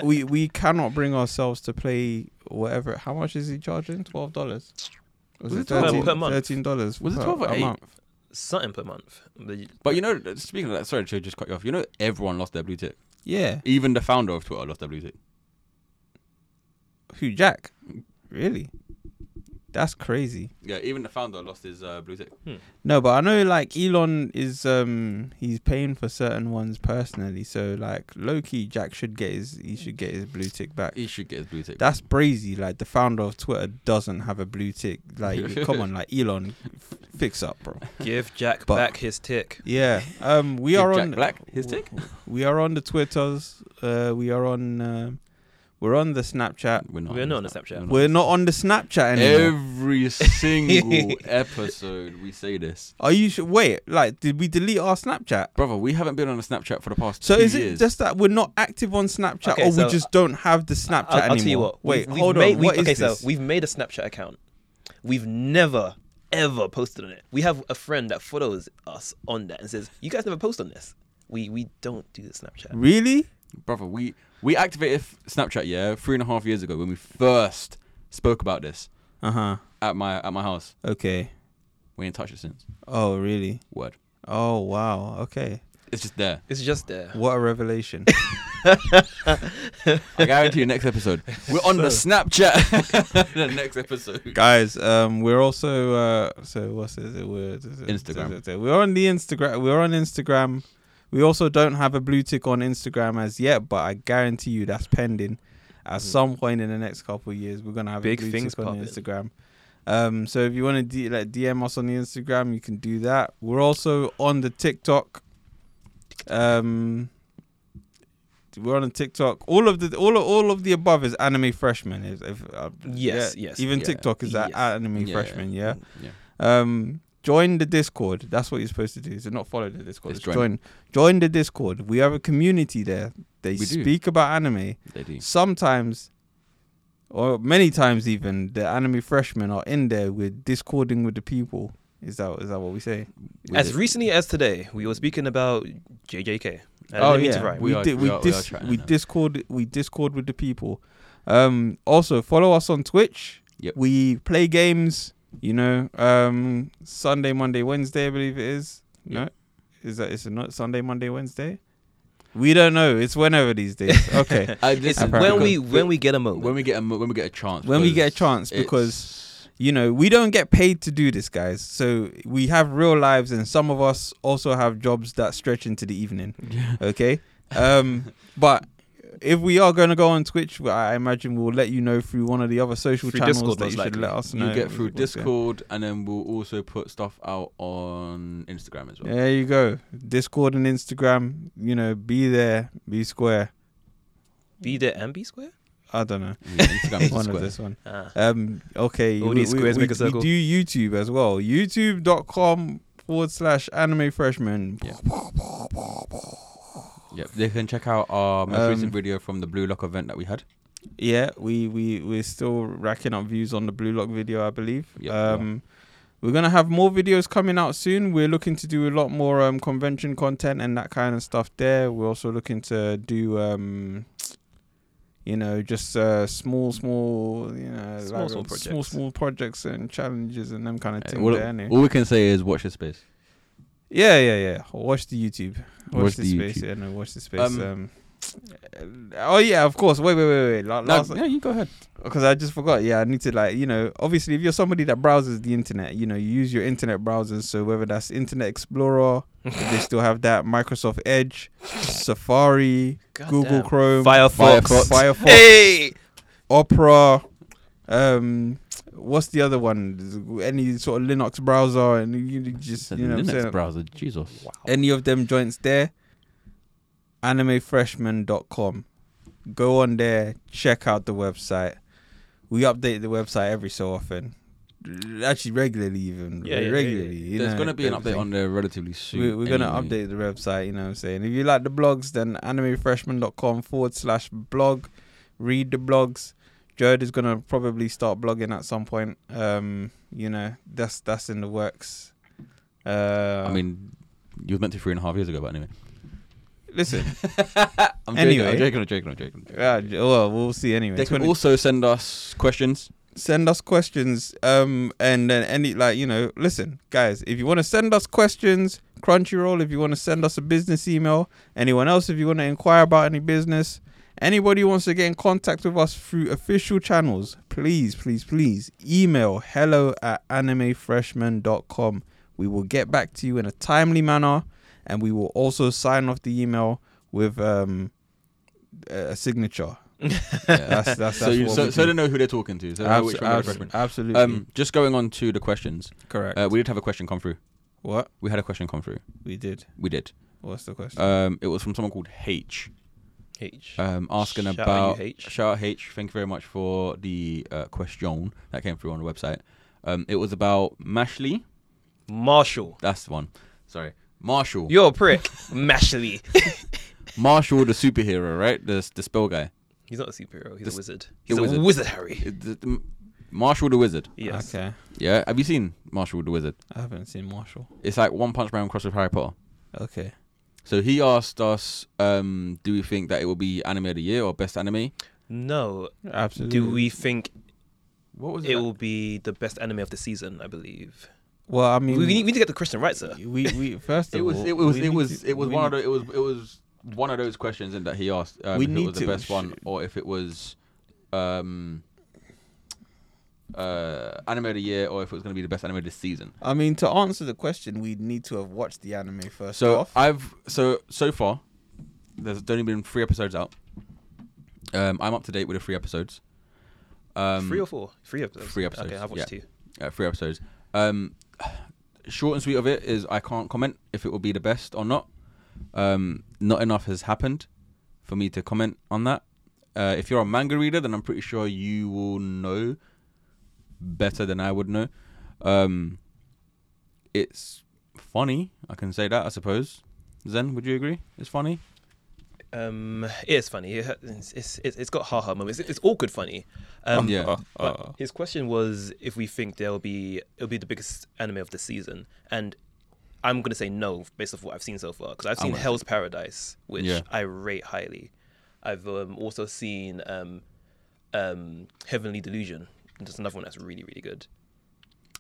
we we cannot bring ourselves to play whatever. How much is he charging? Twelve dollars. Was it 12? Per month. Thirteen dollars. Was it 12 or eight? Something per month. The- But you know, speaking of that, sorry to just cut you off. You know, everyone lost their blue tick. Yeah. Even the founder of Twitter lost their blue tick. Who Jack? Really? That's crazy. Yeah, even the founder lost his uh, blue tick. Hmm. No, but I know like Elon is um he's paying for certain ones personally. So like low key, Jack should get his he should get his blue tick back. He should get his blue tick. That's brazy. Like the founder of Twitter doesn't have a blue tick. Like come on, like Elon, f- fix up, bro. Give Jack But- back his tick. Yeah. Um, we Give are Jack on Black his tick? We are on the Twitters. Uh, we are on. Um, we're on the Snapchat. We're We're not on the Snapchat. We're not on the Snapchat Oh, anymore. Every single episode we say this. Are you sure? Wait, like, did we delete our Snapchat? Brother, we haven't been on a Snapchat for the past So two is years. it just that we're not active on Snapchat, Okay, or so we just don't have the Snapchat I'll, I'll anymore? tell you what. Wait, we've, we've hold made, on. we- What is okay, this? so we've made a Snapchat account. We've never ever posted on it. We have a friend that follows us on that and says, "You guys never post on this. We we don't do the Snapchat." really? brother? We we activated Snapchat yeah three and a half years ago when we first spoke about this Uh huh. at my at my house. Okay. We ain't touched it since. Oh, really? Word. Oh, wow. Okay. It's just there. It's just there. What a revelation. I guarantee you, next episode we're on the Snapchat. the next episode. guys um we're also uh so what's it it- we're Instagram. we're on the instagram we're on instagram we also don't have a blue tick on instagram as yet but i guarantee you that's pending at some point in the next couple of years we're gonna have Mm. Big a blue things tick on popping. instagram um so if you want to d- like dm us on the instagram you can do that we're also on the tiktok um we're on a TikTok. All of the all of, all of the above is anime freshmen. If, if, uh, Yes, yes, Even yeah. TikTok is that Yes. anime Yeah. Mm. freshman. Yeah. Yeah. Um, join the Discord. That's what you're supposed to do. So not follow the Discord. Let's it's join. join. Join the Discord. We have a community there. They We do. speak about anime. They do. Sometimes, or many times even, the anime freshmen are in there. We're discording with the people. Is that is that what we say? We As did. recently as today, we were speaking about JJK. I oh didn't mean yeah, to rhyme. we We are- did. we We are- we are dis- trying we now. discord. We discord with the people. Um. Also, follow us on Twitch. Yep. We play games. You know, um, Sunday, Monday, Wednesday, I believe it is. No, is that is it not Sunday, Monday, Wednesday? We don't know. It's whenever these days. Okay. I, It's Uh, listen, Apparently. when we when we get a moment. when we get a mo- when we get a chance When we get a because chance, it's- because- you know, we don't get paid to do this, guys. So we have real lives, and some of us also have jobs that stretch into the evening. yeah. okay um but if we are going to go on twitch well, i imagine we'll let you know through one of the other social Through channels Discord, that you most should likely. let us know you get through what's going- Discord and then we'll also put stuff out on Instagram as well. there you go discord and instagram you know be there be square be there and be square. i don't know I mean, Instagram is a one square. of this one Ah. um okay All these squares we, make a circle. we do youtube as well youtube.com forward slash anime freshman Yeah. Yep. They can check out our most recent Um, video from the Blue Lock event that we had. Yeah, we we we're still racking up views on the Blue Lock video, I believe. Yep, we are. um, we're gonna have more videos coming out soon. We're looking to do a lot more um convention content and that kind of stuff. There, we're also looking to do um, you know, just uh small small you know Small, small small projects. small projects and challenges and them kind of Uh, things. all, there, innit? all we can say is watch this space. Yeah, yeah, yeah. Watch the YouTube. Watch, Watch the, the space. YouTube. Yeah, no, watch the space. Um, Um, oh yeah, of course. Wait, wait, wait, wait. La- No, last- yeah, you go ahead. because I just forgot. Yeah, I need to like you know. Obviously, if you're somebody that browses the internet, you know, you use your internet browsers. So whether that's Internet Explorer, if they still have that, Microsoft Edge, Safari, God Google damn. Chrome, Firefox. Firefox, Hey, Opera. Um, what's the other one? Any sort of Linux browser, and you just you know what I'm Linux saying? browser, Jesus. any of them joints there, animefreshman.com. Go on there, check out the website. We update the website every so often. Actually, regularly, even. Yeah, yeah, yeah, yeah. regularly. you There's know, gonna be an update everything. on there relatively soon. We, we're going to anyway. update the website, you know what I'm saying? If you like the blogs, then animefreshman.com forward slash blog. Read the blogs. Jared is going to probably start blogging at some point. Um, you know, that's that's in the works. Uh, I mean, you was meant to three and a half years ago, but anyway. listen, I'm Anyway. joking. I'm joking. I'm joking. I'm joking. Uh, j- well, we'll see anyway. They can 20 also send us questions. send us questions, um, and then any like you know, listen, guys, if you want to send us questions, Crunchyroll, if you want to send us a business email, anyone else, if you want to inquire about any business, Anybody who wants to get in contact with us through official channels, please, please, please email hello at animefreshman.com. We will get back to you in a timely manner and we will also sign off the email with um, a signature. That's, that's, that's so, you, what so, we so do. they know who they're talking to. So they know Abs- which one they're abs- referring. absolutely. Mm-hmm. Um, just going on to the questions. Correct. Uh, we did have a question come through. what? We had a question come through. We did. We did. What's the question? Um, it was from someone called H, H. um, asking Shout out about you, H. shout out H. Thank you very much for the uh, question that came through on the website. Um, it was about Mashley. Marshall. That's the one. Sorry, Marshall. You're a prick. Mashley. Marshall, the superhero, right? The the spell guy. He's not a superhero. He's This- a wizard. the He's a wizard. wizard, Harry. It- the- the- Marshall the wizard. Yes. Okay. Yeah. Have you seen Marshall the wizard? I haven't seen Marshall. It's like One Punch Man crossed with Harry Potter. Okay. So he asked us, um, do we think that it will be anime of the year or best anime? No. Absolutely. Do we think What was it will be the best anime of the season? I believe. Well, I We, mean, we, need, we need to get the question right, sir. we, we first of It was all, it was we it need was to- it was we one of need- the, it was it was one of those questions in that he asked um, We if it need was the to- best one or if it was um uh anime of the year or if it was going to be the best anime of the season. I mean, to answer the question, we need to have watched the anime first. So off. I've so so far there's only been three episodes out. Um, I'm up to date with the three episodes. Um, three or four? Three episodes. three episodes, Okay, I've watched yeah. two. uh, three episodes. Um, short and sweet of it is I can't comment if it will be the best or not. Um, not enough has happened for me to comment on that. Uh, if you're a manga reader, then I'm pretty sure you will know better than I would know. Um, it's funny, I can say that, I suppose. Zen, would you agree? It's funny. Um, it is funny. It ha- It's, it's, it's it's got ha-ha moments. It's, it's awkward funny. Um, yeah. Uh, But his question was if we think there'll be it'll be the biggest anime of the season, and I'm gonna say no based off what I've seen so far because I've I'm seen gonna Hell's Paradise, which Oh Yeah. I rate highly. I've um, also seen um, um, Heavenly Delusion. That's another one that's really really good.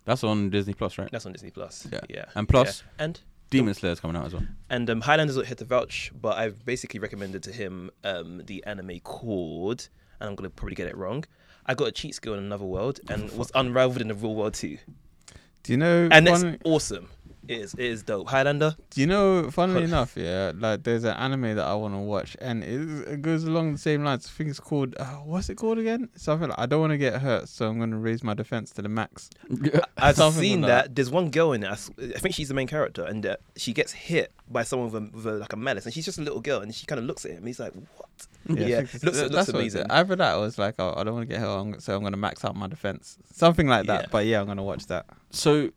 That's on Disney Plus, right? That's on Disney Plus. Yeah. yeah. And plus- yeah. and Demon Slayer's coming out as well. and um, Highlanders not hit the vouch, but I've basically recommended to him um, the anime called, and I'm gonna probably get it wrong. I got a cheat skill in another world and was unraveled in the real world too, do you know? and that's fun, awesome. It is, it is dope. Highlander, do you know? Funnily enough, yeah, like there's an anime that I want to watch, and it, is- it goes along the same lines. I think it's called uh, what's it called again? Something. Like, I don't want to get hurt, so I'm going to raise my defense to the max. I've Something seen like that. that. There's one girl in it. I s- I think she's the main character, and uh, she gets hit by someone with, a, with a, like a malice, and she's just a little girl, and she kind of looks at him. And he's like, "What?" Yeah, I think looks, looks that- that's what it is. amazing. Either that, or it's like oh, I don't want to get hurt, I'm- so I'm going to max out my defense. Something like that. Yeah. But yeah, I'm going to watch that. so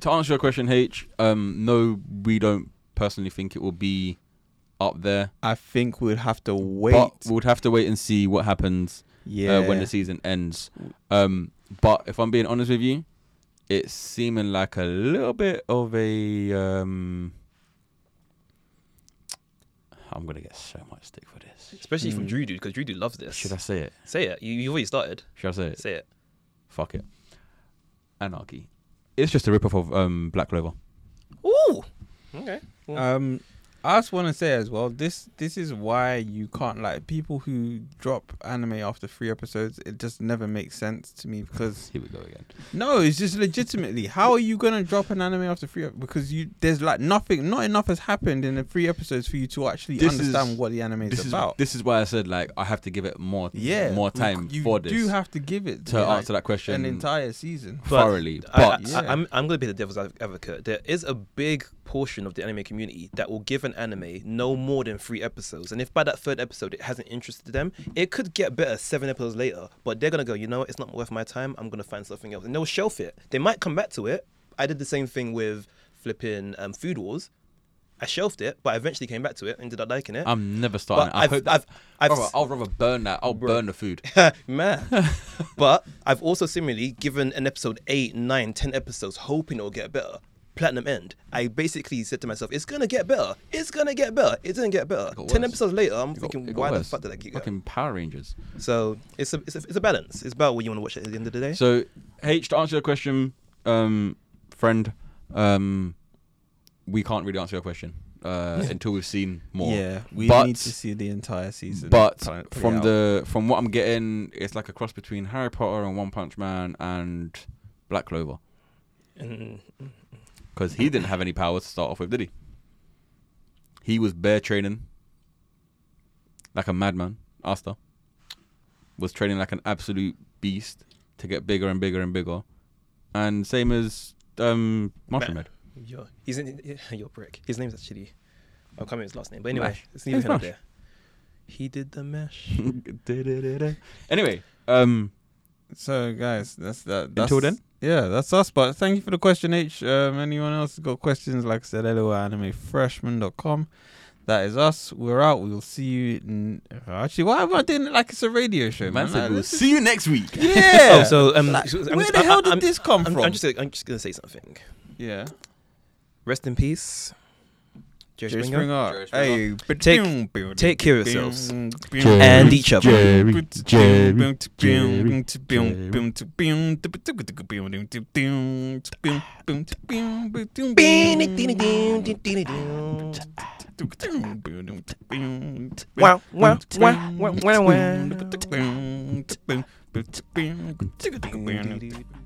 to answer your question, H, um, no, we don't personally think it will be up there. I think we'd have to wait. But we'll have to wait and see what happens yeah, uh, when the season ends. Um, but if I'm being honest with you, it's seeming like a little bit of a. Um, I'm gonna get so much stick for this. Especially from Mm. Drew Dude, because Drew Dude loved this. Should I say it? Say it. You, you've already started. Should I say it? Say it. Fuck it. Anarchy. It's just a ripoff of um, Black Clover. Ooh. Okay. Well, Um, I just want to say as well. This this is why you can't like people who drop anime after three episodes. It just never makes sense to me because Here we go again. no, it's just legitimately. How are you gonna drop an anime after three? ep- Because you there's like nothing, not enough has happened in the three episodes for you to actually This understand is- what the anime this is is about. this is why I said like I have to give it more yeah, more you- time you for this do have to give it to like, answer that question an entire season. thoroughly. But, I, I, Yeah. I, am I'm going to be the devil's adv- advocate. There is a big portion of the anime community that will give an anime no more than three episodes, and if by that third episode it hasn't interested them, it could get better seven episodes later. But they're going to go, you know, what? it's not worth my time. I'm going to find something else, and they'll shelf it. They might come back to it. I did the same thing with flipping um, Food Wars. I shelved it, but I eventually came back to it and ended up liking it. I'm never starting. But I I've- hope that, I've- I've Brother, s- I'll rather burn that. I'll burn the food. Man. but I've also similarly given an episode eight, nine, ten episodes, hoping it'll get better. Platinum end. I basically said to myself, it's gonna get better. It's gonna get better. It didn't get better. got Ten worse. episodes later, I'm It got- thinking, it got why the worse. fuck did I keep going? Fucking Power Rangers. So it's a, it's a it's a balance. It's about what you want to watch at the end of the day. So H to answer your question, um, friend, um, we can't really answer your question. uh, until we've seen more. Yeah, we But- need to see the entire season. But kind of play from out. the from what I'm getting, it's like a cross between Harry Potter and One Punch Man and Black Clover Mm. because he didn't have any powers to start off with, did he? He was bear training like a madman. Asta was training like an absolute beast to get bigger and bigger and bigger, and same as um, Mushroom Head. Yo, he's in your brick. His name's actually. I can't remember his last name, but anyway, Mash. it's neither It's here nor Mash. there. He did the mesh. anyway, um, so guys, that's that. That's, Until then? yeah, that's us. But thank you for the question, H. Um, anyone else has got questions? Like I said, hello at animefreshman.com. That is us. We're out. We will see you. In, actually, why am I doing it like it's a radio show, man man? said Like, we'll this is- see you next week. yeah. Oh, so um, Like, so- I'm where just- the I- hell I- did I'm- this come I'm, from? I'm just, I'm just gonna say something. yeah. Rest in peace, Jerry Jerry Springer. Springer. Jerry Hey, Springer. take, Take care of yourselves And and each other. Jerry, Jerry, Jerry, Wow, wow, wow, wow, wow, wow. Jerry.